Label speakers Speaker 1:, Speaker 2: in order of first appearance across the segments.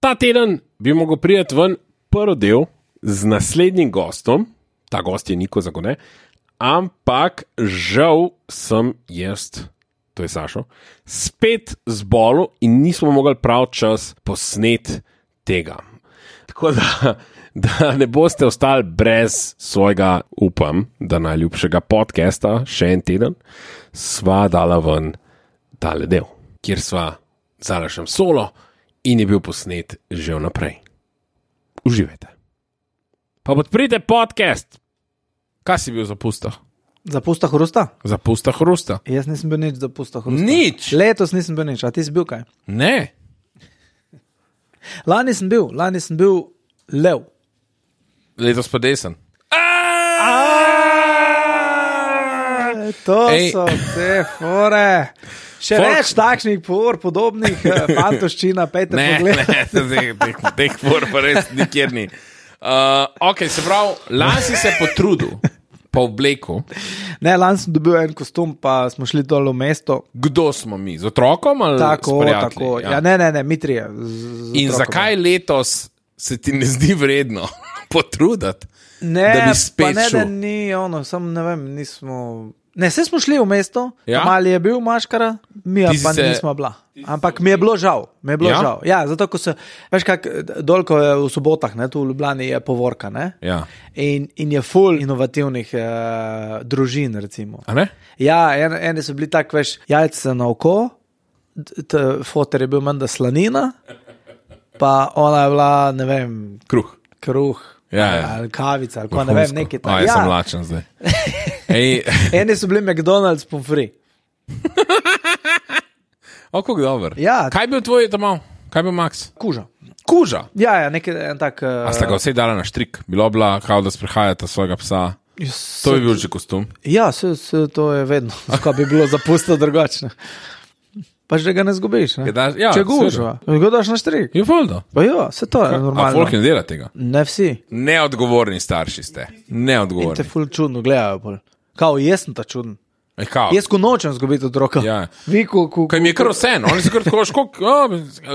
Speaker 1: Ta teden bi mogel priti ven prvi del z naslednjim gostom, ta gost je Niko Zagone, ampak žal sem jaz, to je Sašo, spet zbolel in nismo mogli prav čas posnet tega. Tako da, da ne boste ostali brez svojega, upam, da najljubšega podcasta še en teden, sva dala ven tale del, kjer sva zalašem solo in je bil posnet že vnaprej. Uživajte. Pa podprite podcast,
Speaker 2: Kaj si bil za pusta?
Speaker 3: Za pusta hrusta?
Speaker 2: Za pusta hrusta.
Speaker 3: Jaz nisem bil nič za pusta hrusta.
Speaker 2: Nič?
Speaker 3: Letos nisem bil nič, a ti si bil kaj?
Speaker 2: Ne,
Speaker 3: Lani sem bil, lani sem bil lev.
Speaker 2: letos pa desen.
Speaker 3: E, To
Speaker 2: Ej.
Speaker 3: Ej. so te fore. Še
Speaker 2: Folk-
Speaker 3: več takšnih por, podobnih, eh, fantoščina, pejte
Speaker 2: Ne,
Speaker 3: pogled.
Speaker 2: ne, teh- teh- teh por pa res nikjer ni. Uh, ok, se pravi, lani si se potrudil, pa v bleku.
Speaker 3: Ne, lani sem dobil en kostum, pa smo šli dol v mesto.
Speaker 2: Kdo smo mi? Z otrokom ali s
Speaker 3: Tako,
Speaker 2: prijatelji?
Speaker 3: tako.
Speaker 2: Ja.
Speaker 3: Ja, ne, ne, ne, mi trije. z- z
Speaker 2: In
Speaker 3: otrokoma.
Speaker 2: zakaj letos se ti ne zdi vredno potruditi?
Speaker 3: Ne,
Speaker 2: da bi
Speaker 3: pa
Speaker 2: spet
Speaker 3: ne,
Speaker 2: šel?
Speaker 3: da ni ono, samo ne vem, nismo. Ne, vse smo šli v mesto,
Speaker 2: Ja.
Speaker 3: ja? ali je bil maškara, mi ja
Speaker 2: Ti si
Speaker 3: pa
Speaker 2: se-
Speaker 3: se... nismo bila. Ampak mi je bilo žal, mi je bilo
Speaker 2: Ja?
Speaker 3: ja? žal. Ja, zato, ko se, veš, kak, dolko je v sobotah, ne, tu v Ljubljani je povorka, ne.
Speaker 2: Ja.
Speaker 3: In, in je full inovativnih eh, družin, recimo.
Speaker 2: A ne?
Speaker 3: Ja, en, eni so bili tako, veš, jajca na oko, t- t- foter je bil menda slanina, pa ona je bila, ne vem,
Speaker 2: Kruh.
Speaker 3: kruh.
Speaker 2: Ja, ja.
Speaker 3: Ali kavica, ali kaj ne vem, nekaj Ja.
Speaker 2: takega. Jaz sem lačen zdaj. Ej,
Speaker 3: Eni so bili McDonald's, pomfri.
Speaker 2: o, kako dober.
Speaker 3: Ja.
Speaker 2: Kaj je bil tvoj tam? Kaj je bil Max?
Speaker 3: Kuža.
Speaker 2: Kuža.
Speaker 3: Ja, ja, nekaj en tak.
Speaker 2: A sta ga vse dala na štrik, bilo bila, kao da sprehajata svojega psa. To bi bil že kostum.
Speaker 3: Ja, se, se, to je vedno. Kaj bi bilo zapustilo drugače. Pa že ga ne zgubiš. Ne?
Speaker 2: Ga daš- ja,
Speaker 3: Če
Speaker 2: seveda.
Speaker 3: gužva, ga daš na štrik.
Speaker 2: Je foldo.
Speaker 3: Pa jo, se to je
Speaker 2: A
Speaker 3: Ja, normalno.
Speaker 2: folk ne dela tega.
Speaker 3: Ne vsi.
Speaker 2: Neodgovorni starši ste.
Speaker 3: In te
Speaker 2: Neodgovorni.
Speaker 3: ful čudno gledajo. Pol. Kao, jaz sem ta čuden.
Speaker 2: Ej, kao?
Speaker 3: Jaz ko nočem zgubiti otroka.
Speaker 2: Ja.
Speaker 3: Vi, ko, ko,
Speaker 2: Kaj mi je kar vseeno, oni so kar tako škok.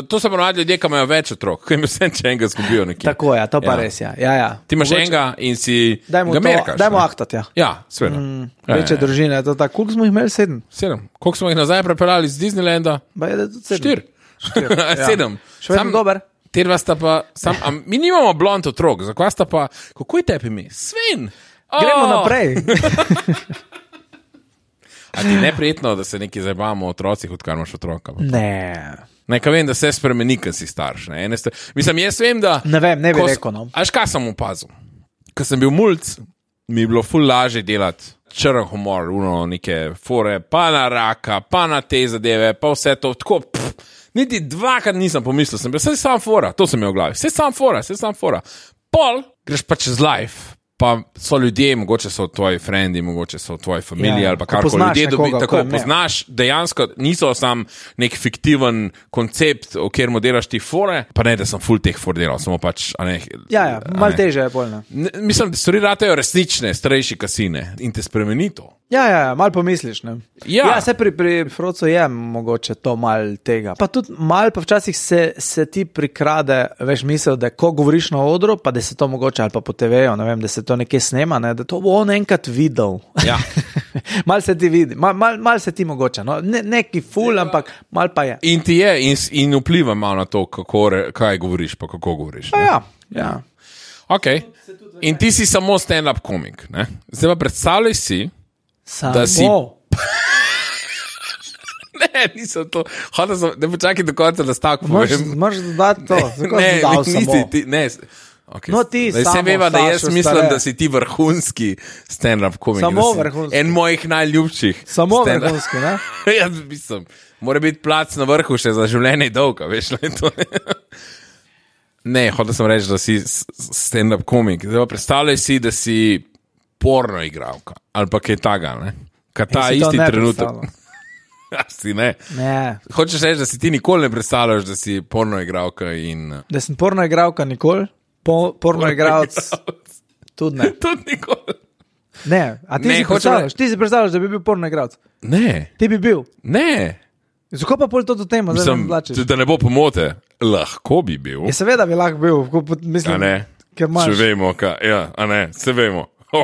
Speaker 2: To so ponovadi ljudje, ki imajo več otrok, ki jim je vseeno, če enega zgubijo nekje.
Speaker 3: Tako je, ja, to pa
Speaker 2: Ja.
Speaker 3: ja. res je. Ja. Ja, ja.
Speaker 2: Ti imaš enega in si
Speaker 3: Dajmo,
Speaker 2: ga
Speaker 3: to,
Speaker 2: merkaš.
Speaker 3: dajmo
Speaker 2: ne?
Speaker 3: aktat, ja.
Speaker 2: Ja, sveda. Mm,
Speaker 3: ja Večje ja, ja. družine, je to tako. Koliko smo jih imeli? Sedem.
Speaker 2: Sedem. Koliko smo jih nazaj prepeljali iz Disneylanda?
Speaker 3: Baje, da je tudi sedem.
Speaker 2: Štiri.
Speaker 3: ja.
Speaker 2: Sedem.
Speaker 3: Še vedno
Speaker 2: Sam-
Speaker 3: dober.
Speaker 2: Te dva sta pa, sam, a mi nimamo blond otrok, zakaj sta pa, kako je tebi mi? Sven! Oh!
Speaker 3: Gremo naprej.
Speaker 2: A ti je neprijetno, da se nekaj zabavamo o otrocih, odkar imaš otroka?
Speaker 3: Ne.
Speaker 2: Nekaj vem, da se spremeni, ker si starš. Ne? Ene Ste, mislim, jaz vem, da.
Speaker 3: Ne vem, ne bi
Speaker 2: ko s-
Speaker 3: rekel, no.
Speaker 2: A veš, kaj sem opazil? Ko sem bil mulj, mi je bilo ful lažje delati črn humor, uno, neke fore, pa na raka, pa na te zadeve, pa vse to. Tako, pff, niti dvakrat nisem pomislil, sem bil, vse sam fora, to sem imel v glavi, vse sam fora, vse sam fora. Pol greš pa čez life. Pa so ljudje, mogoče so tvoji prijatelji, mogoče so tvoji familije
Speaker 3: Ja,
Speaker 2: ali pa
Speaker 3: ko
Speaker 2: karkoli.
Speaker 3: poznaš
Speaker 2: Ljudje dobi,
Speaker 3: nekoga, ko
Speaker 2: tako
Speaker 3: je imel.
Speaker 2: poznaš znaš, dejansko niso sam nek fiktiven koncept, v katerem delaš ti fore. Pa ne, da sem full teh for delal, samo pač. a Ne,
Speaker 3: Ja, ja
Speaker 2: a
Speaker 3: malo
Speaker 2: ne.
Speaker 3: teže je polno.
Speaker 2: Ne, mislim, da stvari ratajo resnične, starejši kasine in te spremeni to.
Speaker 3: Ja, ja, malo pomisliš. Ne?
Speaker 2: Ja.
Speaker 3: ja, se pri, pri Frocu je mogoče to mal tega. Pa tudi mal, pa včasih se, se ti prikrade, veš, misel, da ko govoriš na odru, pa da se to mogoče ali pa po TV-ju, ne vem, da se to nekje snema, ne? da to bo on enkrat videl.
Speaker 2: Ja.
Speaker 3: mal se ti vidi, mal, mal, mal se ti mogoče, no? ne, neki ful, ampak mal pa je.
Speaker 2: In ti je, in, s- in vpliva malo na to, kako, re- kaj govoriš, pa kako govoriš.
Speaker 3: Pa
Speaker 2: ne.
Speaker 3: ja, ja.
Speaker 2: Okay. In ti si samo stand-up komik. Ne? Zdaj pa predstavljaj si,
Speaker 3: Samo.
Speaker 2: Da si- ne, nisem to. Hotel sem, da počakaj do konca, da stavek povem.
Speaker 3: Možeš dodati to, zakaj
Speaker 2: ne,
Speaker 3: si dal
Speaker 2: nisi,
Speaker 3: samo?
Speaker 2: ti, ne. s- Okay.
Speaker 3: No, ti
Speaker 2: Zdaj,
Speaker 3: samo,
Speaker 2: veva, da jaz
Speaker 3: Sašo,
Speaker 2: mislim,
Speaker 3: stare.
Speaker 2: da si ti vrhunski stand-up komik.
Speaker 3: Samo
Speaker 2: da si
Speaker 3: vrhunski.
Speaker 2: En mojih najljubših.
Speaker 3: Samo
Speaker 2: stand-up-
Speaker 3: vrhunski, ne?
Speaker 2: Jaz mislim, mora biti plac na vrhu še za življenje dolga, veš, le to. Ne, hotel sem reči, da si s- s- stand-up komik. Zdaj pa predstavljaj si, da si porno igralka ali pa kaj taga, ne? Kaj
Speaker 3: Jaz
Speaker 2: ta
Speaker 3: Ja, si to
Speaker 2: isti
Speaker 3: ne
Speaker 2: trenutek.
Speaker 3: predstavljam.
Speaker 2: Ja, si ne.
Speaker 3: Ne,
Speaker 2: Hočeš reči, da si ti nikoli ne predstavljaš, da si porno igralka in uh,
Speaker 3: da sem porno igralka nikoli, po, porno igralec tudi ne.
Speaker 2: Tudi nikoli.
Speaker 3: Ne, a ti
Speaker 2: Ne,
Speaker 3: ne, si
Speaker 2: hočem
Speaker 3: predstavljaš,
Speaker 2: reči-
Speaker 3: ti si predstavljaš, da bi bil porno igralec.
Speaker 2: Ne,
Speaker 3: Ti bi bil.
Speaker 2: ne.
Speaker 3: Zakaj pa pol to do tema, zdaj
Speaker 2: Mislim,
Speaker 3: sem vlačen?
Speaker 2: da ne bo pomote. lahko bi bil.
Speaker 3: Ja, seveda bi lahko bil, ko pot-
Speaker 2: A
Speaker 3: mislim,
Speaker 2: ne,
Speaker 3: ker imaš.
Speaker 2: Če vemo, kaj, ja, a ne, se vemo.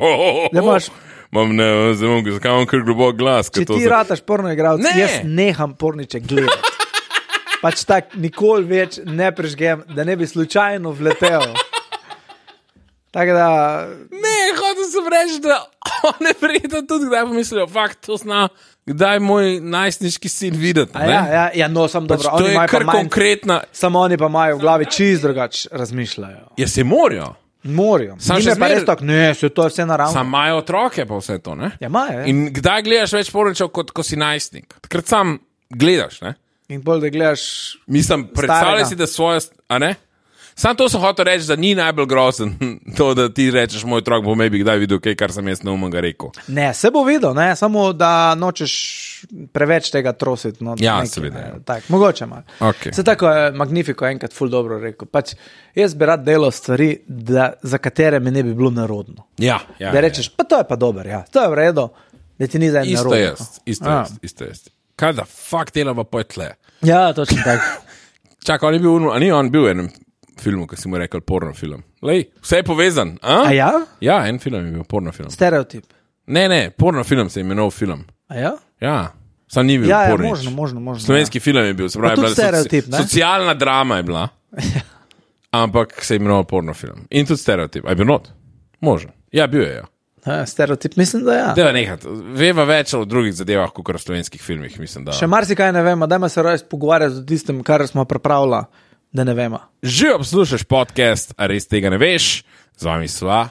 Speaker 3: Ne imaš-
Speaker 2: Imam ne, zelo, zakaj imam kar globok glas. ker
Speaker 3: Če
Speaker 2: to
Speaker 3: ti
Speaker 2: se-
Speaker 3: rataš porno igralec,
Speaker 2: Ne.
Speaker 3: ne. jaz neham porniče gledati. Pač tako nikoli več ne prežgem, da ne bi slučajno vletel. Tako da,
Speaker 2: Ne, hotel sem reči, da one verjetno tudi kdaj pomislijo, fakt, to zna, kdaj moj najstniški sin videti.
Speaker 3: a ja, ja, ja, no, sem
Speaker 2: pač
Speaker 3: dobro,
Speaker 2: to
Speaker 3: oni
Speaker 2: je
Speaker 3: imajo pa
Speaker 2: kar
Speaker 3: manj,
Speaker 2: konkretna.
Speaker 3: samo oni pa imajo v glavi čist drugače razmišljajo.
Speaker 2: Ja, se morajo,
Speaker 3: Morajo.
Speaker 2: Samo
Speaker 3: Sam
Speaker 2: še
Speaker 3: še pa
Speaker 2: zmeraj-
Speaker 3: res tako, ne, se to je vse naravno.
Speaker 2: samo imajo otroke, pa vse to. Ne?
Speaker 3: Oh. Ja, imajo. In,
Speaker 2: In kdaj gledaš več poročil, kot ko si najstnik? Takrat sam gledaš. Ne?
Speaker 3: in bolj, da gledaš,
Speaker 2: Mislim, predstavljaj
Speaker 3: Starega.
Speaker 2: si, da svoje. a ne? Sam to sem hotel reči, da ni najbolj grozen, to, da ti rečeš, moj otrok bo mebi kdaj videl kaj, kar sem jaz neumega rekel.
Speaker 3: ne, se bo videl, ne, samo da nočeš preveč tega trositi. No,
Speaker 2: Ja,
Speaker 3: nekaj,
Speaker 2: seveda,
Speaker 3: ne,
Speaker 2: ja.
Speaker 3: tak, mogoče malo.
Speaker 2: Okej.
Speaker 3: Se tako je Magnifiko enkrat ful dobro rekel. Pač, jaz bi rad delal stvari, da, za katere mi ne bi bilo narodno.
Speaker 2: Ja, ja,
Speaker 3: Ja, da rečeš, pa to je pa dober, ja, to je v redu, da ti ni za
Speaker 2: ja.
Speaker 3: eno.
Speaker 2: isto je, isto
Speaker 3: Ja.
Speaker 2: je, isto je. Kaj da, fakt delava pa je tle.
Speaker 3: Ja, točno tako.
Speaker 2: Čakaj, on je bil, v enem- a ni on bil v enem filmu, ki si mu rekel porno film. Lej, vse je povezan.
Speaker 3: A
Speaker 2: A?
Speaker 3: ja?
Speaker 2: Ja, en film je bil, porno film.
Speaker 3: Stereotip.
Speaker 2: Ne, ne, porno film se je imenoval film.
Speaker 3: A ja?
Speaker 2: Ja, sam ni bil
Speaker 3: Ja, ja,
Speaker 2: pornič.
Speaker 3: možno, možno. možno
Speaker 2: Slovenski film je bil, se pravi,
Speaker 3: tudi
Speaker 2: bila je
Speaker 3: stereotip, ne? Ja.
Speaker 2: socialna drama je bila. Ampak se je imenoval porno film. In tudi stereotip, aj bil not, možen. Ja, bil je. Ja.
Speaker 3: Ja. Ja, stereotip, mislim, da ja.
Speaker 2: Deva nekaj, veva več o drugih zadevah, kot o slovenskih filmih, mislim, da.
Speaker 3: Še marsikaj ne vemo, da se raje pogovarjati o tistem, kar smo pripravili, da ne vemo.
Speaker 2: Že obslušaš podcast, a res tega ne veš, z vami sva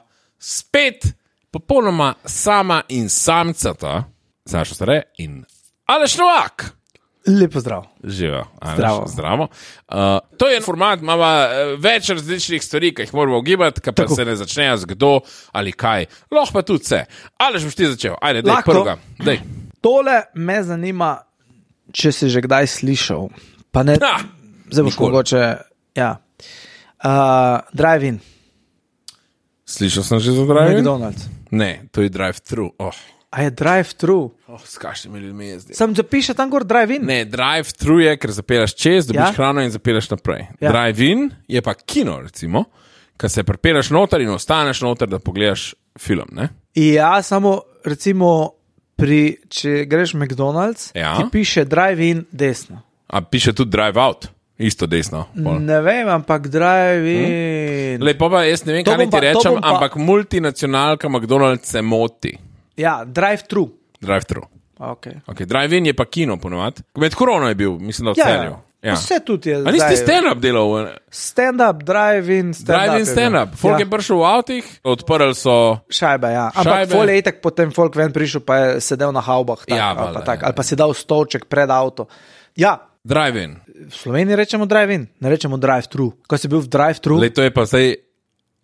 Speaker 2: spet popolnoma sama in samcata, Sašo Stare in Aleš Novak.
Speaker 3: Lepo zdrav.
Speaker 2: Živijo,
Speaker 3: Zdravo.
Speaker 2: zdravo. Uh, to je en format, imamo eh, več različnih stvari, ki jih moramo ugibati, ki pa
Speaker 3: Tako.
Speaker 2: se ne začnejo z kdo ali kaj. Lahko pa tudi vse. Ali že boš ti začel? Ajde, dej,
Speaker 3: Lahko.
Speaker 2: prvega. Dej.
Speaker 3: Tole me zanima, če si že kdaj slišal. Pa ne,
Speaker 2: Ja,
Speaker 3: zdaj boš
Speaker 2: nikoli.
Speaker 3: mogoče. Ja. Uh, Drive-in,
Speaker 2: Slišal sem že za drive?
Speaker 3: McDonald's.
Speaker 2: Ne, to je drive-thru. Oh.
Speaker 3: A je drive-thru.
Speaker 2: Oh, s kakšnimi ljudmi je zdaj?
Speaker 3: Sam zapiše tam gor drive-in.
Speaker 2: Ne, drive-thru je, ker zapelaš čez, dobiš ja?
Speaker 3: Ja.
Speaker 2: hrano in zapelaš naprej. Ja?
Speaker 3: Ja.
Speaker 2: Drive-in je pa kino, recimo, ki se prepelaš noter in ostaneš noter, da pogledaš film. Ne?
Speaker 3: Ja, samo recimo, pri, če greš v McDonald's,
Speaker 2: Ja.
Speaker 3: ti piše drive-in desno.
Speaker 2: A piše tudi drive-out, isto desno. pol. Hm?
Speaker 3: Ne vem, ampak drive-in.
Speaker 2: Lepo pa jaz ne vem,
Speaker 3: To
Speaker 2: kaj naj
Speaker 3: bom
Speaker 2: ti
Speaker 3: pa- to
Speaker 2: rečem,
Speaker 3: bom pa-
Speaker 2: ampak multinacionalka McDonald's se moti.
Speaker 3: Ja, drive-thru.
Speaker 2: Drive-thru.
Speaker 3: Okay.
Speaker 2: Okay, Drive-in je pa kino ponovadi. Med korono je bil, mislim, da v
Speaker 3: Ja,
Speaker 2: celju.
Speaker 3: ja. Ja. Vse tudi je.
Speaker 2: A niste
Speaker 3: zdaj-
Speaker 2: stand-up delal? eh?
Speaker 3: Stand-up, drive-in, stand-up.
Speaker 2: Drive-in
Speaker 3: je bil.
Speaker 2: stand-up. Folk je
Speaker 3: Ja.
Speaker 2: prišel v avtih, odprli so
Speaker 3: Šajba, ja.
Speaker 2: Šajbe.
Speaker 3: Ampak fol je itak potem folk ven prišel, pa je sedel na haubah. Tak,
Speaker 2: Ja,
Speaker 3: ja, ali,
Speaker 2: valjda,
Speaker 3: pa tak,
Speaker 2: ja.
Speaker 3: ali pa si dal stolček pred avto. Ja,
Speaker 2: drive-in.
Speaker 3: v Sloveniji rečemo drive-in, ne rečemo drive-thru. Ko si bil v drive-thru,
Speaker 2: Lej, to je pa zdaj.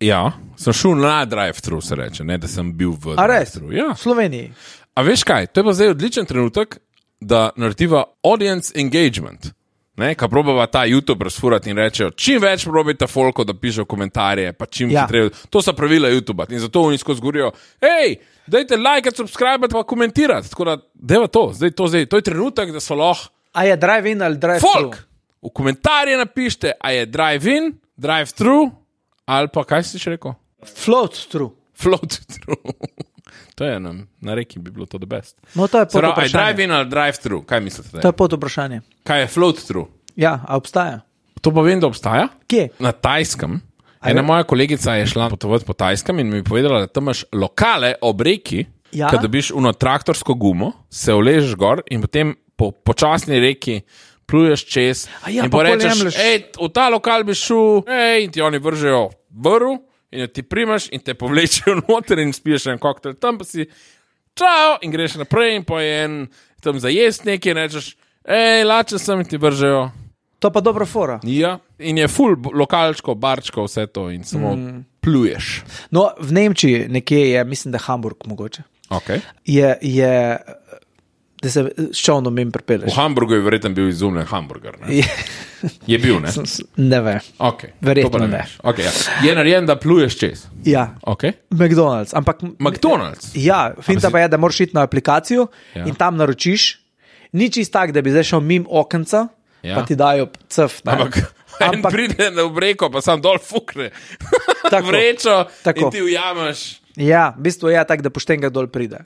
Speaker 2: Ja, sem šel na drive-thru, se reče, ne da sem bil v
Speaker 3: a res,
Speaker 2: drive-thru. Ja.
Speaker 3: v Sloveniji.
Speaker 2: A veš kaj, to je pa zdaj odličen trenutek, da narediva audience engagement. Ne, ko probava ta YouTube razfurati in rečejo, čim več probite folko, da pišejo komentarje, pa čim ja.
Speaker 3: Ja.
Speaker 2: hitreje. To so pravila YouTube in zato oni skozi gorijo, hej, dajte like, subscribe, pa komentirati. Tako da, deva to, zdaj to zdaj, to je trenutek, da so lahko
Speaker 3: A je drive-in ali drive-thru?
Speaker 2: folk. V komentarje napišite, a je drive-in, drive-thru ali pa kaj si še rekel?
Speaker 3: Float-thru.
Speaker 2: Float-thru. to je nam, na reki bi bilo to the best.
Speaker 3: No, to je pot
Speaker 2: Prav, aj
Speaker 3: vprašanje.
Speaker 2: drive-in ali drive-thru, kaj mislite?
Speaker 3: To
Speaker 2: Da? je?
Speaker 3: je pot vprašanje.
Speaker 2: Kaj je float-thru?
Speaker 3: Ja, a obstaja.
Speaker 2: To pa vem, da obstaja.
Speaker 3: Kje?
Speaker 2: Na Tajskem. Ena moja kolegica je šla potovati po Tajskem in mi je povedala, da tam imaš lokale ob reki,
Speaker 3: Ja.
Speaker 2: ki dobiš uno traktorsko gumo, se uležeš gor in potem po počasni reki. Pluješ čez
Speaker 3: A ja,
Speaker 2: in
Speaker 3: pa pol
Speaker 2: porečeš,
Speaker 3: jemlješ.
Speaker 2: hej, v ta lokal bi šel, hej, in ti oni vržejo vrv, in jo ti primaš, in te povlečejo noter, in spiješ en koktel tam, pa si čau, in greš naprej, in pa je en tam zajest nekaj, in rečeš, hej, lačen sem, in ti vržejo
Speaker 3: To pa dobro fora.
Speaker 2: Ja, in je full bo- lokalčko, barčko, vse to in samo mm. pluješ.
Speaker 3: No, v Nemčiji nekje je, mislim, da Hamburg mogoče.
Speaker 2: Okay.
Speaker 3: je, je da se s čovnom jim pripeleš.
Speaker 2: V Hamburgu je verjetno bil izumljen hamburger. Ne?
Speaker 3: Je-
Speaker 2: Je bil, ne?
Speaker 3: ne vem.
Speaker 2: Okay.
Speaker 3: Verjetno ne.
Speaker 2: Okay, ja. Je narejen, da pluješ čez.
Speaker 3: Ja,
Speaker 2: Okay.
Speaker 3: McDonald's. Ampak,
Speaker 2: McDonald's.
Speaker 3: ja, finta pa je, da moraš iti na aplikacijo
Speaker 2: Ja.
Speaker 3: ja. in tam naročiš. Ni čist tak, da bi zdaj šel mimo okenca,
Speaker 2: Ja.
Speaker 3: ja. pa ti dajo cef. ne.
Speaker 2: Ampak Ampak
Speaker 3: Ampak-
Speaker 2: pride na obreko, pa sam dol fukne.
Speaker 3: Tako.
Speaker 2: Vrečo, tako. in
Speaker 3: Tako.
Speaker 2: ti ujameš.
Speaker 3: Ja, v bistvu je ja, tako, da poštenga dol pride.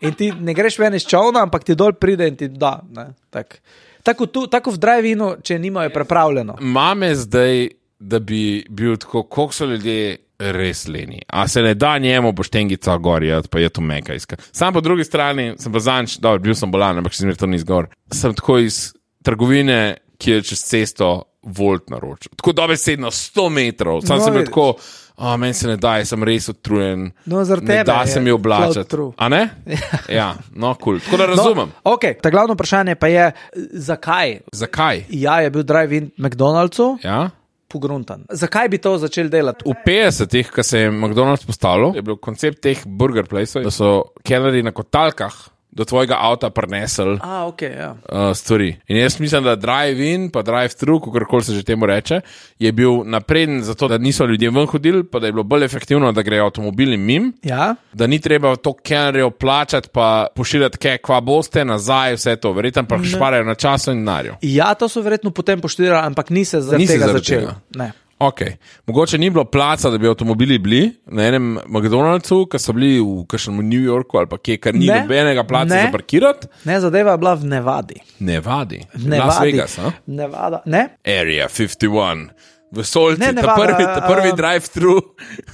Speaker 3: In ti ne greš ven iz čovna, ampak ti dol pride in ti da. ne, Tako tako tu- tako v drive-inu, če nimajo prepravljeno.
Speaker 2: Mame zdaj, da bi bil tako, koliko so ljudje res leni. A se ne da njemu poštengica gorja, pa je to meka iska. Sam po drugi strani sem pa zanč, dobro, bil sem bolan, ampak še zmeraj to ni zgor. Sem tako iz trgovine, ki je čez cesto volt naročil. Tako dobesedno 100 metrov. Sam no,
Speaker 3: No,
Speaker 2: sem bil
Speaker 3: vidiš.
Speaker 2: tako, a meni se ne da, jaz sem res utrujen.
Speaker 3: No, zaradi
Speaker 2: ne
Speaker 3: tebe
Speaker 2: da
Speaker 3: je
Speaker 2: se mi
Speaker 3: float
Speaker 2: oblačati.
Speaker 3: through.
Speaker 2: A ne? Ja, no, kul. Cool. Tako da razumem. No.
Speaker 3: No, okay, ta glavno vprašanje pa je, zakaj?
Speaker 2: Zakaj?
Speaker 3: Ja, je bil drive-in McDonald'su
Speaker 2: Ja?
Speaker 3: pogruntan. Zakaj bi to začeli delati?
Speaker 2: V 50-ih, ko se je McDonald's postavil, je bil koncept teh burger placev, da so kelnerji na kotalkah do tvojega avta prinesli uh,
Speaker 3: A, ok, ja.
Speaker 2: stvari. In jaz mislim, da drive-in, pa drive-thru, kako se že temu reče, je bil napreden zato, da niso ljudje ven hodili, pa da je bilo bolj efektivno, da grejo avtomobili mim.
Speaker 3: Ja,
Speaker 2: Da ni treba to kelnerjev plačati, pa pošiljati, kaj kva boste nazaj, vse to. Verjetno pa šparajo na času in denarju.
Speaker 3: ja to so verjetno potem poštirali, ampak ni se
Speaker 2: Ni
Speaker 3: zaradi
Speaker 2: se
Speaker 3: tega
Speaker 2: zaradi
Speaker 3: začelo.
Speaker 2: tega.
Speaker 3: Ne.
Speaker 2: Okay. Mogoče ni bilo placa, da bi avtomobili bili na enem McDonald'su, ki so bili v kažem New Yorku ali pa kje, ker ni
Speaker 3: Ne.
Speaker 2: nobenega placa
Speaker 3: Ne.
Speaker 2: za parkirati.
Speaker 3: ne, zadeva je bila v Nevadi.
Speaker 2: Nevadi, Las
Speaker 3: Nevadi.
Speaker 2: Vegas, a?
Speaker 3: Nevada. Ne?
Speaker 2: Area 51. Vesolci,
Speaker 3: Ne,
Speaker 2: ta
Speaker 3: Nevada,
Speaker 2: prvi, ta prvi
Speaker 3: eh,
Speaker 2: drive-thru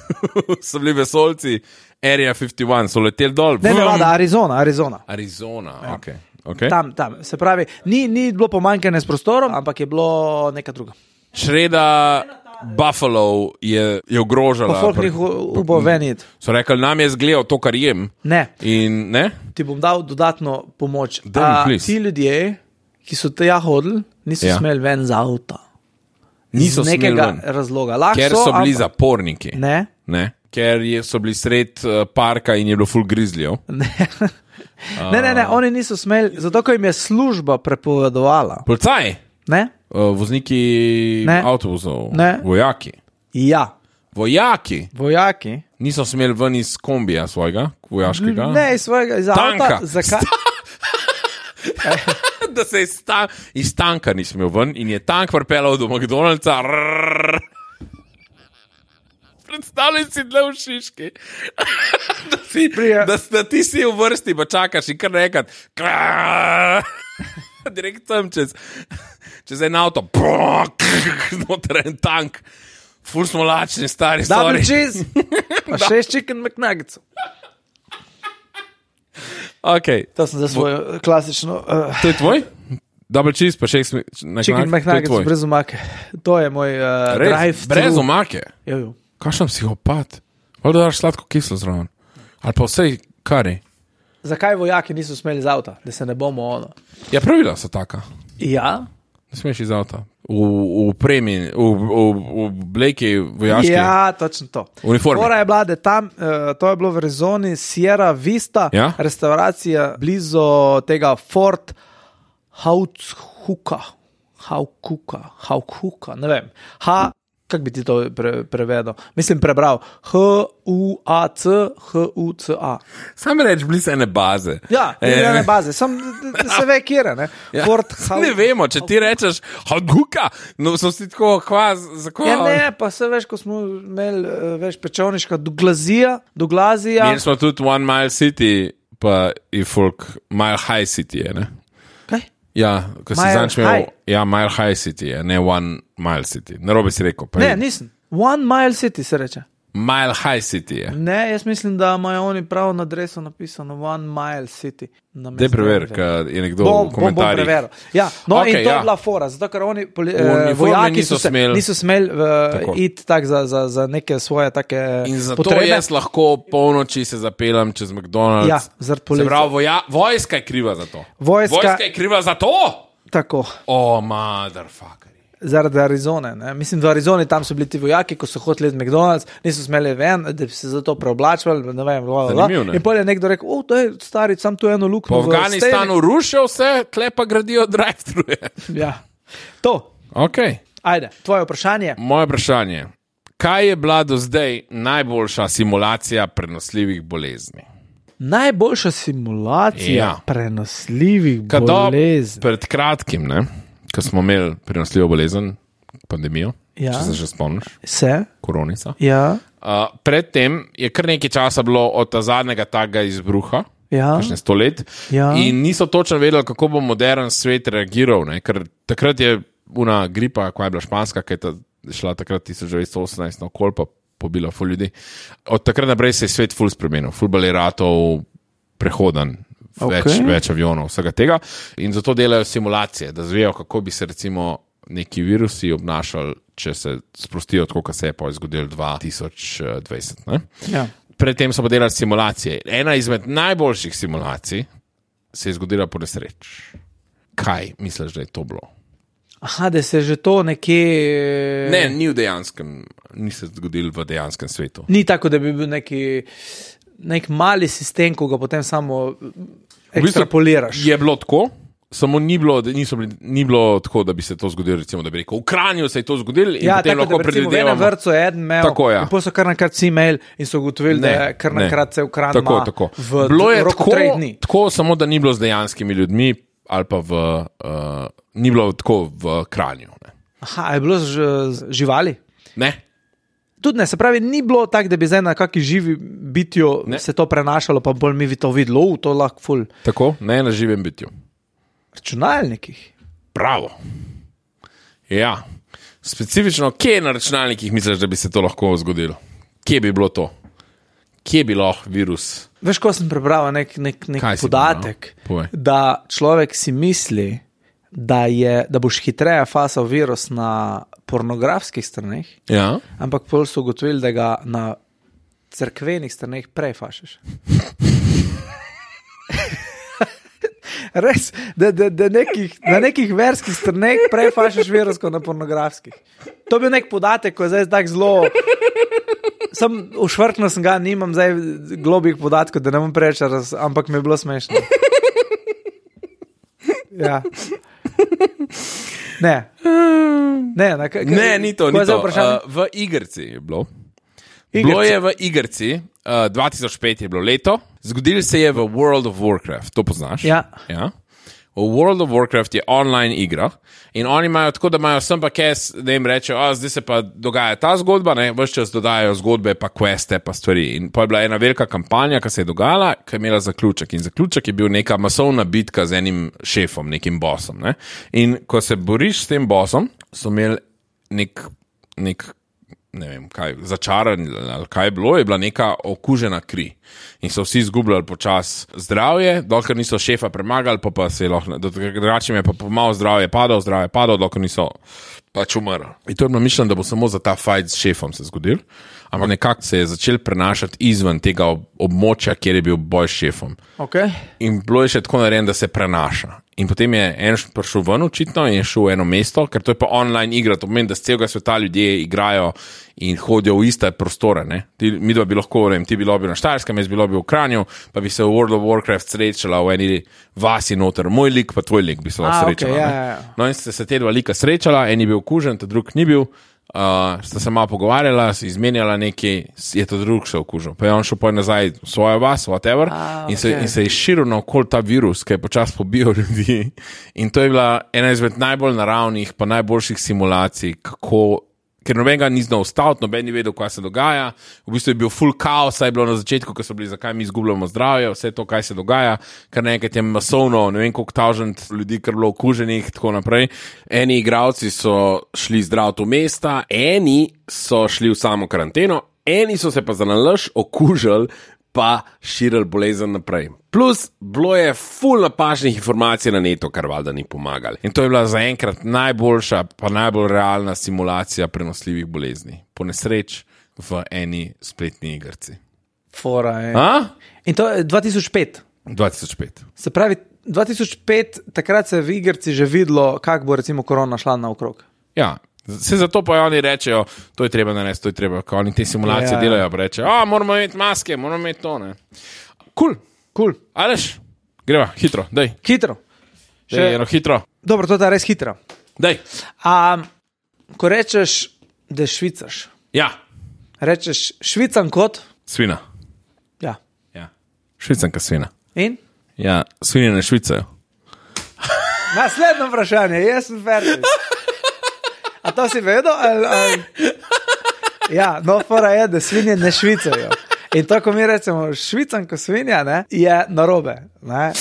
Speaker 2: so bili vesolci, Area 51, so leteli dol.
Speaker 3: ne,
Speaker 2: Vum.
Speaker 3: Nevada, Arizona, Arizona.
Speaker 2: Arizona, ja. ok. okay.
Speaker 3: Tam, tam. Se pravi, ni, ni bilo pomankanja s prostorom, ampak je bilo nekaj druga.
Speaker 2: Šreda Buffalo je, je
Speaker 3: Pa
Speaker 2: ogrožala.
Speaker 3: folk
Speaker 2: pri-
Speaker 3: jih ubovenit.
Speaker 2: So rekli, nam je zgledal to, kar jem.
Speaker 3: Ne,
Speaker 2: In ne?
Speaker 3: ti bom dal dodatno pomoč.
Speaker 2: Daj mi, please.
Speaker 3: ti ljudje, ki so tja hodili, niso
Speaker 2: Ja.
Speaker 3: ja. smeli ven z avta.
Speaker 2: Niso
Speaker 3: z
Speaker 2: smeli
Speaker 3: nekega
Speaker 2: ven.
Speaker 3: razloga. Lahko
Speaker 2: Ker so bili
Speaker 3: Ah, ampak-
Speaker 2: zaporniki.
Speaker 3: Ne,
Speaker 2: Ne? Ker je, so bili sred eh, parka in je bilo full grizzlijev.
Speaker 3: ne. ne, ne, ne, oni niso smeli, zato ker jim je služba prepovedovala.
Speaker 2: Policaj, eh,
Speaker 3: Ne?
Speaker 2: vozniki
Speaker 3: Ne.
Speaker 2: avtobusov,
Speaker 3: Ne.
Speaker 2: vojaki.
Speaker 3: Ja,
Speaker 2: Vojaki
Speaker 3: vojaki.
Speaker 2: niso smeli ven iz kombija svojega, vojaškega.
Speaker 3: Ne, iz svojega, iz
Speaker 2: Tanka.
Speaker 3: avta. Zakaj?
Speaker 2: Da se iz, ta, iz tanka ni smel ven in je tank pripeljal do McDonald'sa. Rrrr. Predstavljaj si dve v Šiški. da, si,
Speaker 3: Prije-
Speaker 2: da, s- da ti si v vrsti, pa čakaš in kar nekaj. Direkt tam čez, čez en avto, znotraj en tank. Ful smo lačni, stari
Speaker 3: Double
Speaker 2: stari.
Speaker 3: cheese, pa šest chicken McNuggets.
Speaker 2: Okay.
Speaker 3: To sem za svojo klasično uh,
Speaker 2: To je tvoj? Double cheese, pa še nekaj.
Speaker 3: chicken McNuggets brez omake. To je moj uh, drive.
Speaker 2: Brez omake.
Speaker 3: omake.
Speaker 2: Kakšen psihopat, ali daš sladko kislo zraven, ali pa vse kari.
Speaker 3: Zakaj vojaki niso smeli z avta, da se ne bomo ono?
Speaker 2: Ja, pravila so taka,
Speaker 3: Ja,
Speaker 2: ne smeš iz avta. V, v premi, v, v, v bleki, vojaški.
Speaker 3: ja točno to.
Speaker 2: Uniforme.
Speaker 3: Fora je bila, da tam, uh, to je bilo v Rezoni, Sierra Vista,
Speaker 2: Ja.
Speaker 3: restauracija blizu tega Fort Hautshuka. Haukuka, Haukuka, ne vem. Ha, kako bi ti to pre, prevedel? Mislim, prebral. H-U-A-C, H-U-C-A.
Speaker 2: Sam reč, bili so ene baze.
Speaker 3: Ja,
Speaker 2: Eh,
Speaker 3: delovne baze, sem, d- d- se ve, kje je.
Speaker 2: ja.
Speaker 3: Fort
Speaker 2: Saj Ne vemo, če ti rečeš, haduka, no so vsi tako, kva, zakaj.
Speaker 3: Ja, ne, pa se veš, ko smo imeli eh, veš, pečovniška Douglazija, Douglazija.
Speaker 2: Imeli smo tudi One Mile City, pa je folk, Mile High City je, ne?
Speaker 3: Kaj?
Speaker 2: Ja, ko si
Speaker 3: Mile
Speaker 2: zanč imel,
Speaker 3: High.
Speaker 2: ja, Mile High City je, ne One Mile City. Narobe si rekel, pa
Speaker 3: Ne,
Speaker 2: je.
Speaker 3: nisem. One Mile City se reče.
Speaker 2: Mile High City je.
Speaker 3: Ne, jaz mislim, da imajo oni prav na adresu napisano One Mile City. Namesto
Speaker 2: Dej preveri,
Speaker 3: Denver.
Speaker 2: ker je nekdo
Speaker 3: Bom,
Speaker 2: v
Speaker 3: bom, bom
Speaker 2: komentarjih.
Speaker 3: preveril. Ja, no,
Speaker 2: Okej,
Speaker 3: okay, in to
Speaker 2: ja.
Speaker 3: ja. je bila fora, zato ker oni, poli, eh,
Speaker 2: Uniforme
Speaker 3: vojaki,
Speaker 2: niso
Speaker 3: so se,
Speaker 2: smeli.
Speaker 3: niso smeli
Speaker 2: Tako.
Speaker 3: uh, iti tako za, za, za neke svoje take
Speaker 2: In zato Potrebe?
Speaker 3: potrebe.
Speaker 2: jaz lahko polnoči se zapeljem čez McDonald's.
Speaker 3: Ja, zaradi policije.
Speaker 2: Prav, voja, vojska je kriva za to.
Speaker 3: Vojska-
Speaker 2: vojska je kriva za to.
Speaker 3: Tako.
Speaker 2: O, oh, motherfucker.
Speaker 3: zaradi Arizone. Ne? Mislim, da v Arizoni tam so bili ti vojaki, ko so hoteli v McDonald's, niso smeli ven, da bi se zato preoblačili. Ne vem, bla, bla,
Speaker 2: Zanimivo, ne?
Speaker 3: bla. In potem je nekdo rekel, o, to je stari, sam tu eno luknjo.
Speaker 2: Po
Speaker 3: v
Speaker 2: Afganistanu rušijo vse, tle pa gradijo drive-thruje.
Speaker 3: steni." Ja. To,
Speaker 2: okay.
Speaker 3: ajde, tvoje vprašanje.
Speaker 2: Moje vprašanje. Kaj je bila do zdaj najboljša simulacija prenosljivih bolezni?
Speaker 3: Najboljša
Speaker 2: Ja.
Speaker 3: simulacija ja. prenosljivih
Speaker 2: Kado,
Speaker 3: bolezni.
Speaker 2: pred kratkim, ne, ko smo imeli prenosljivo bolezen, pandemijo,
Speaker 3: Ja.
Speaker 2: če se že spomniš,
Speaker 3: Se,
Speaker 2: koronica.
Speaker 3: ja,
Speaker 2: Uh, predtem je kar nekaj časa bilo od ta zadnjega takega izbruha,
Speaker 3: ja.
Speaker 2: kakšne sto let,
Speaker 3: Ja.
Speaker 2: in niso točno vedeli, kako bo modern svet reagiral, ne? ker takrat je una gripa, koja je bila španska, ki je ta, šla takrat 1918 na okol, no, pa pobila ful ljudi. Od takrat naprej se je svet ful spremenil, ful baleratov, prehodan. Več,
Speaker 3: Okej.
Speaker 2: več avionov, vsega tega. In zato delajo simulacije, da zvejo, kako bi se recimo neki virusi obnašali, če se sprostijo, tako kot se je pa zgodilo 2020. Ne?
Speaker 3: ja.
Speaker 2: Predtem so pa delali simulacije. Ena izmed najboljših simulacij se je zgodila po nesreči. Kaj misliš, da je to bilo?
Speaker 3: Aha, da se je že to nekje. eh,
Speaker 2: Ne, Eh, ni v dejanskem, ni se zgodil v dejanskem svetu.
Speaker 3: Ni tako, da bi bil neki, nek mali sistem, ko ga potem samo ekstrapoliraš.
Speaker 2: Je bilo tako, samo ni bilo, da- niso bili, ni bilo tako, da bi se to zgodilo. Recimo, da bi rekel, v Kranju se je to zgodilo in
Speaker 3: Ja,
Speaker 2: potem
Speaker 3: tako
Speaker 2: lahko
Speaker 3: da recimo v enem
Speaker 2: predvidevamo.
Speaker 3: vrtu je en mail,
Speaker 2: Tako, ja.
Speaker 3: in potem so kar naenkrat vsi mail in so ugotovili, da je kar naenkrat se ukradlo.
Speaker 2: Tako, tako.
Speaker 3: V,
Speaker 2: bilo je
Speaker 3: v roku
Speaker 2: tako,
Speaker 3: treh dni.
Speaker 2: tako, samo da ni bilo z dejanskimi ljudmi, ali pa v, uh, ni bilo tako v Kranju. Ne?
Speaker 3: Aha, a je bilo z, z živali?
Speaker 2: ne?
Speaker 3: Tudi ne, se pravi, ni bilo tako, da bi zdaj na kakšni živi bitju ne. se to prenašalo, pa bolj mi bi to videlo, "U, to lahko ful.
Speaker 2: Tako, ne na živem bitju.
Speaker 3: Računalnikih.
Speaker 2: Pravo. Ja. Specifično, kje na računalnikih misliš, da bi se to lahko zgodilo? Kje bi bilo to? Kje bi lahko virus?
Speaker 3: Veš, ko sem prebral nek, nek, nek
Speaker 2: Kaj si
Speaker 3: podatek,
Speaker 2: prebral? Povej.
Speaker 3: da človek si misli, da, je, da boš hitreje fasal virus na pornografskih straneh,
Speaker 2: Ja.
Speaker 3: ampak pol so ugotovili, da ga na crkvenih straneh prej fašiš. Res, da, da, da nekih, na nekih verskih straneh prej fašiš virus kot na pornografskih. To je bil nek podatek, ko je zdaj tako zelo. Sam ušvrknil sem ga, nimam zdaj globih podatkov, da ne bom preveč, raz- ampak mi je bilo smešno. Ja. Ne. Ne, na, kaj,
Speaker 2: Ne, ni to.
Speaker 3: Ko je
Speaker 2: Ni
Speaker 3: zdaj
Speaker 2: to.
Speaker 3: vprašanje?
Speaker 2: Uh, v igrici je bilo. Igrci. Bilo je v igrici, uh, 2005 je bilo leto, zgodil se je v World of Warcraft, to poznaš.
Speaker 3: Ja.
Speaker 2: ja. V World of Warcraft je online igra in oni imajo tako, da imajo sem pa kes, da jim rečejo, "A, zdaj se pa dogaja ta zgodba, ne, vse čas dodajajo zgodbe, pa queste, pa stvari. In pa je bila ena velika kampanja, ki se je dogajala, ki je imela zaključek. In zaključek je bil neka masovna bitka z enim šefom, nekim bosom. Ne. In ko se boriš s tem bosom, so imeli nek, nek ne vem, kaj, začaran ali kaj je bilo, je bila neka okužena kri. In so vsi izgubljali počasi zdravje, dokler niso šefa premagali, pa, pa se je lahko, do- drugače jim je pa pomalo zdravje padalo, zdravje padalo, dokler niso pač umrli. In to je bilo mišljeno, da bo samo za ta fajn s šefom se zgodil, ampak nekako se je začel prenašati izven tega ob- območja, kjer je bil boj s šefom.
Speaker 3: Okay.
Speaker 2: In bilo je še tako narejeno, da se prenaša. In potem je en š- prišel ven, očitno, in je šel v eno mesto, ker to je pa online igra, to pomeni, da z celega sveta ljudje igrajo in hodijo v iste prostore. ne. Ti, mi dva bi lahko, ne vem, ti bi bil na Štajerskem, jaz bi bil v Kranju, pa bi se v World of Warcraft srečala v eni vasi noter, moj lik, pa tvoj lik bi se
Speaker 3: A,
Speaker 2: lahko
Speaker 3: okej,
Speaker 2: srečala. ne.
Speaker 3: ja, ja, ja.
Speaker 2: No, in sta se te dva lika srečala, en je bil okužen, ta drug ni bil. Uh, sta se malo pogovarjala, si izmenjala nekaj, s- je to drug še okužen. Pa je on šel poj nazaj v svojo vas, whatever.
Speaker 3: A,
Speaker 2: in, se,
Speaker 3: okej.
Speaker 2: in se je širil naokol ta virus, ki je počasi pobijal ljudi. In to je bila ena izmed najbolj naravnih, pa najboljših simulacij, kako. Ker nobenega ni znal ustaviti, noben ni vedel, kaj se dogaja. V bistvu je bil full kaos, saj je bilo na začetku, ko so bili, zakaj mi izgubljamo zdravje, vse to, kaj se dogaja, kar nekaj je masovno, ne vem koliko tažent ljudi, kar je bilo okuženih in tako naprej.
Speaker 1: Eni igravci so šli zdraviti v mesta, eni so šli v samo karanteno, eni so se pa za nalož okužili, pa širili bolezen naprej. Plus, bilo je full napačnih informacij na neto, kar valjda ni pomagalo.
Speaker 2: In to je bila zaenkrat najboljša, pa najbolj realna simulacija prenosljivih bolezni, po nesreč v eni spletni igrici.
Speaker 3: Fora je.
Speaker 2: A?
Speaker 3: In to je 2005.
Speaker 2: 2005.
Speaker 3: Se pravi, 2005, takrat se je v igrici že videlo, kako bo recimo korona šla naokrog.
Speaker 2: Ja. Se zato pa oni rečejo, to je treba narediti, to je treba. Ko oni te simulacije
Speaker 3: Ja,
Speaker 2: ja,
Speaker 3: ja.
Speaker 2: delajo, pa rečejo, a moramo imeti maske, moramo imeti to. Kul, cool.
Speaker 3: Kul, cool.
Speaker 2: aleš, greva, hitro, daj,
Speaker 3: hitro.
Speaker 2: še
Speaker 3: Še-
Speaker 2: daj, eno hitro,
Speaker 3: Dobro, to je res hitro.
Speaker 2: daj.
Speaker 3: A, ko rečeš, da švicaš,
Speaker 2: Ja,
Speaker 3: rečeš švicam kot.
Speaker 2: svina.
Speaker 3: Ja.
Speaker 2: Ja. Švicanka svina.
Speaker 3: In
Speaker 2: Ja, svinje ne švicajo.
Speaker 3: naslednje vprašanje, jaz sem fertil. A to si vedel? Ali, ali... Ja, no, fora je, da svinje ne švicajo. In to, ko mi rečemo švican, ko svinja, ne, je narobe. Ne.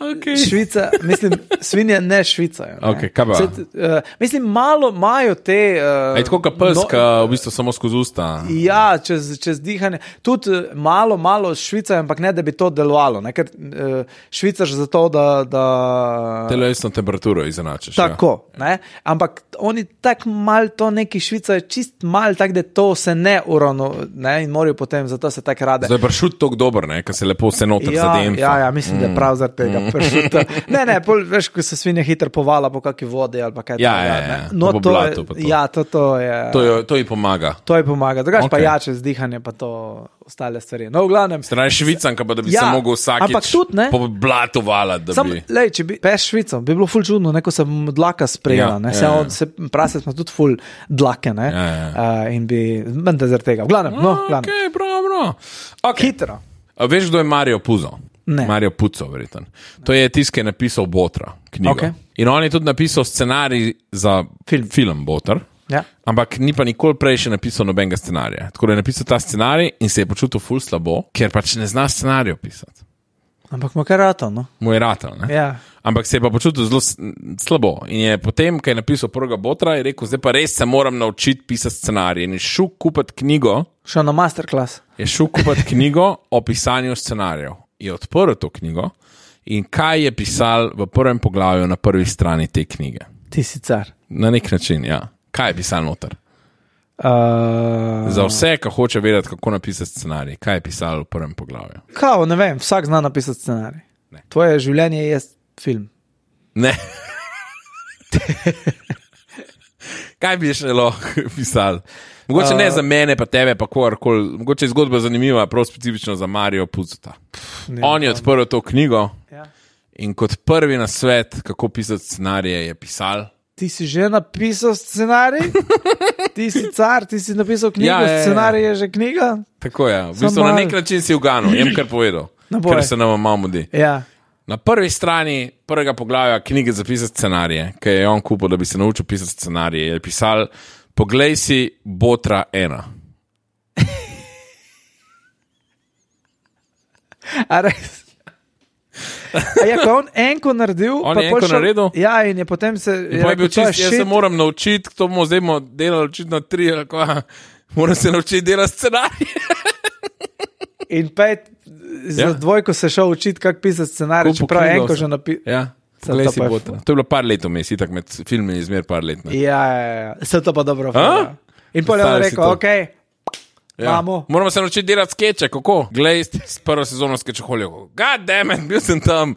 Speaker 2: Okay.
Speaker 3: Švica, mislim, svinje ne švicajo. Ne.
Speaker 2: Okej, kaj pa?
Speaker 3: Saj, eh, mislim, malo imajo te. Uh,
Speaker 2: Je tako kot pes, ki
Speaker 3: No.
Speaker 2: v bistvu samo skozi usta.
Speaker 3: Ja, čez, čez dihanje. Tudi eh, malo, malo švica, ampak ne, da bi to delovalo. Ne? Ker uh, švicaš zato, da. da
Speaker 2: Telesno temperaturo izenačiš. ja.
Speaker 3: tako. Ne? Ampak oni tako malo to neki švicajo, čist malo, tako da to se ne uravno. Ne? In morajo potem, zato se tako rade.
Speaker 2: Ja. Zdaj je pršut tako dober, ne, ker se lepo vse noter
Speaker 3: Ja,
Speaker 2: zadem.
Speaker 3: ja, ja, mislim, mm. da je prav zaradi tega. pršuta. Ne, ne, pol, veš, ko se svinja hitro povala po kakšni vodi ali pa kaj
Speaker 2: Ja,
Speaker 3: takega.
Speaker 2: ja, ja,
Speaker 3: ne.
Speaker 2: to
Speaker 3: No,
Speaker 2: po
Speaker 3: to, je,
Speaker 2: blatu pa to.
Speaker 3: ja, to, to je.
Speaker 2: To, jo, to ji pomaga.
Speaker 3: To je pomaga, drugače okay. pa
Speaker 2: Okej.
Speaker 3: ja, čez dihanje, pa to ostale stvari. No, v glavnem,
Speaker 2: Strani švican, ki pa da bi
Speaker 3: Ja,
Speaker 2: se mogel vsak
Speaker 3: ampak tudi, ne.
Speaker 2: Poblatovala, da
Speaker 3: Sam,
Speaker 2: bi.
Speaker 3: lej, če bi peš švico, bi bilo ful čudno, neko se bom dlaka sprejela.
Speaker 2: Ja,
Speaker 3: Ja,
Speaker 2: ja,
Speaker 3: se,
Speaker 2: ja.
Speaker 3: on, se prase smo tudi ful dlake. Ja,
Speaker 2: Ja,
Speaker 3: ja.
Speaker 2: ja.
Speaker 3: Uh, in bi, menda zaradi tega. V glavnem, no, v glavnem.
Speaker 2: okay, prav, prav. Okay.
Speaker 3: Hitro.
Speaker 2: A veš, kdo je Marijo Puzo?
Speaker 3: Ne.
Speaker 2: Marijo Puco, verjeten. To je tisti, ki je napisal Botra knjigo.
Speaker 3: Okej.
Speaker 2: In on je tudi napisal scenarij za
Speaker 3: Film.
Speaker 2: film Botr.
Speaker 3: Ja.
Speaker 2: Ampak ni pa nikoli prej še napisal nobenega scenarija. Tako da je napisal ta scenarij in se je počutil ful slabo, ker pač ne zna scenarijo pisati.
Speaker 3: Ampak ima karato. No?
Speaker 2: Mu je ratal. ne?
Speaker 3: Ja.
Speaker 2: Ampak se je pa počutil zelo s- slabo. In je potem, ko je napisal prvega Botra, je rekel: Zdaj pa res se moram naučiti pisati scenarije. In je šel kupiti knjigo,
Speaker 3: Šel na masterclass.
Speaker 2: je šel kupiti knjigo o pisanju scenarijev. Je odprl to knjigo in kaj je pisal v prvem poglavju na prvi strani te knjige.
Speaker 3: Ti si car.
Speaker 2: Na nek način, ja. Kaj je pisal noter?
Speaker 3: Uh,
Speaker 2: Za vse, ki hoče vedeti, kako napisati scenarij, kaj je pisal v prvem poglavju.
Speaker 3: kao, ne vem, vsak zna napisati scenarij. Ne. Tvoje življenje je film.
Speaker 2: Ne. Kaj bi še lahko pisal? Mogoče ne za mene, pa tebe, pa kogarkoli. Mogoče je zgodba zanimiva, prav specifično za Marijo Puzuta.
Speaker 3: Ne,
Speaker 2: On je odprl to knjigo
Speaker 3: Ja.
Speaker 2: in kot prvi na svet, kako pisati scenarije, je pisal.
Speaker 3: Ti si že napisal scenarij, ti si car, ti si napisal knjigo,
Speaker 2: Ja,
Speaker 3: ja,
Speaker 2: ja, ja.
Speaker 3: scenarij je že knjiga.
Speaker 2: Tako je, v bistvu
Speaker 3: Samo
Speaker 2: na
Speaker 3: malo.
Speaker 2: nek način si uganil, jem kar povedal,
Speaker 3: Ne boj.
Speaker 2: ker se nam malo mudi.
Speaker 3: Ja.
Speaker 2: Na prvi strani prvega poglavja knjige za pisati scenarije, ki je on kupil, da bi se naučil pisati scenarije, je pisal: Poglej si Botra ena.
Speaker 3: A res? A je pa on enko naredil,
Speaker 2: On
Speaker 3: pa
Speaker 2: je
Speaker 3: pol
Speaker 2: enko
Speaker 3: šel-
Speaker 2: naredil?
Speaker 3: Ja, in je potem se.
Speaker 2: In pa je bil čist, jaz se moram naučiti, to bomo zdaj bomo delali očitno tri, ali kva, moram se naučiti delati scenarije.
Speaker 3: In pet, za
Speaker 2: Ja.
Speaker 3: ja. dvojko se šel učiti, kako pisati scenarij,
Speaker 2: Kupu
Speaker 3: čeprav je
Speaker 2: knjigo
Speaker 3: enko
Speaker 2: sem.
Speaker 3: že napisal.
Speaker 2: Ja,
Speaker 3: Sem
Speaker 2: poglej
Speaker 3: to
Speaker 2: si
Speaker 3: pa je
Speaker 2: Botra. To je bilo par let vmes, itak med filmi je zmer par let. ne.
Speaker 3: Ja, ja, ja, se to pa dobro. fora. In pa je on
Speaker 2: Predstavljaj si
Speaker 3: rekel,
Speaker 2: to.
Speaker 3: ok, imamo.
Speaker 2: Ja. Moramo se naučiti delati skeče, kako. Glej, s prvo sezono skečeholjo. God damn it, bil sem tam,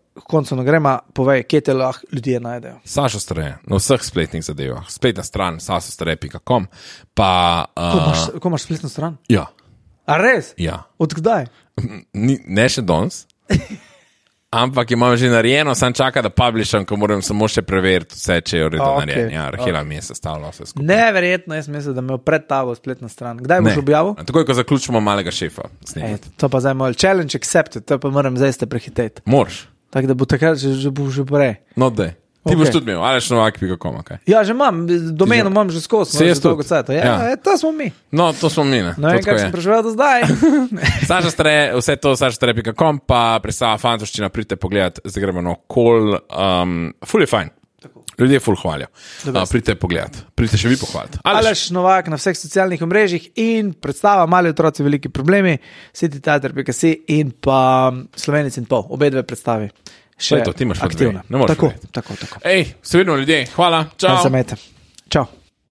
Speaker 3: koncu ne gremo, povej, kje te lahko ljudje najdejo.
Speaker 2: Sašo Streje, na vseh spletnih zadevah, spletna stran, sasostreje.com, pa.
Speaker 3: Ko imaš,
Speaker 2: Uh,
Speaker 3: ko imaš spletno stran?
Speaker 2: ja,
Speaker 3: A res?
Speaker 2: ja.
Speaker 3: Odkdaj?
Speaker 2: Ni, ne še danes. Ampak imam že narejeno, sam čaka, da publisham, ko moram samo še preveriti vse, če je v redu
Speaker 3: A, okej,
Speaker 2: narejeno. Ja, Rahela mi je sestavila vse skupaj.
Speaker 3: Neverjetno, jaz mislim, da me pred tabo spletna stran. Kdaj boš objavil?
Speaker 2: Takoj, ko zaključimo malega šefa,
Speaker 3: Ej,
Speaker 2: snemati.
Speaker 3: to pa zdaj moj challenge accepted, to pa moram zdaj ste prehiteti.
Speaker 2: Moraš,
Speaker 3: Tako da bo takrat že, že, bo, že prej.
Speaker 2: no da. Ti okay.
Speaker 3: Okej.
Speaker 2: boš tudi imel, ali še novak.com. kaj?
Speaker 3: Ja, že imam, domeno imam že skozi,
Speaker 2: Se
Speaker 3: imam
Speaker 2: jaz
Speaker 3: že dolgo
Speaker 2: tudi.
Speaker 3: cajt. Ja,
Speaker 2: Ja.
Speaker 3: ja. to smo mi.
Speaker 2: No, to smo mi. Ne,
Speaker 3: Ne
Speaker 2: To
Speaker 3: vem,
Speaker 2: tako
Speaker 3: kako
Speaker 2: je.
Speaker 3: sem preživel do zdaj.
Speaker 2: Saša Stre, vse to, sašastrepi.com, pa predstava fantoščina, pridite pogledat, zdaj gremo na kol, um, ful je fajn. Ljudje ful hvalijo. Uh, pridite pogledat, pridite še vi pohvaliti. Aleš,
Speaker 3: Aleš Novak na vseh socialnih omrežjih in predstava Mali otroci, veliki problemi, City Theater, PKC in pa Slovenec in pol, obe dve predstavi.
Speaker 2: To
Speaker 3: Še
Speaker 2: je to, ti imaš pa dve,
Speaker 3: aktivna.
Speaker 2: ne moreš
Speaker 3: Tako,
Speaker 2: verjeti.
Speaker 3: tako, tako.
Speaker 2: Ej, se vidimo ljudje, hvala, čau.
Speaker 3: Tam se mete. Čau.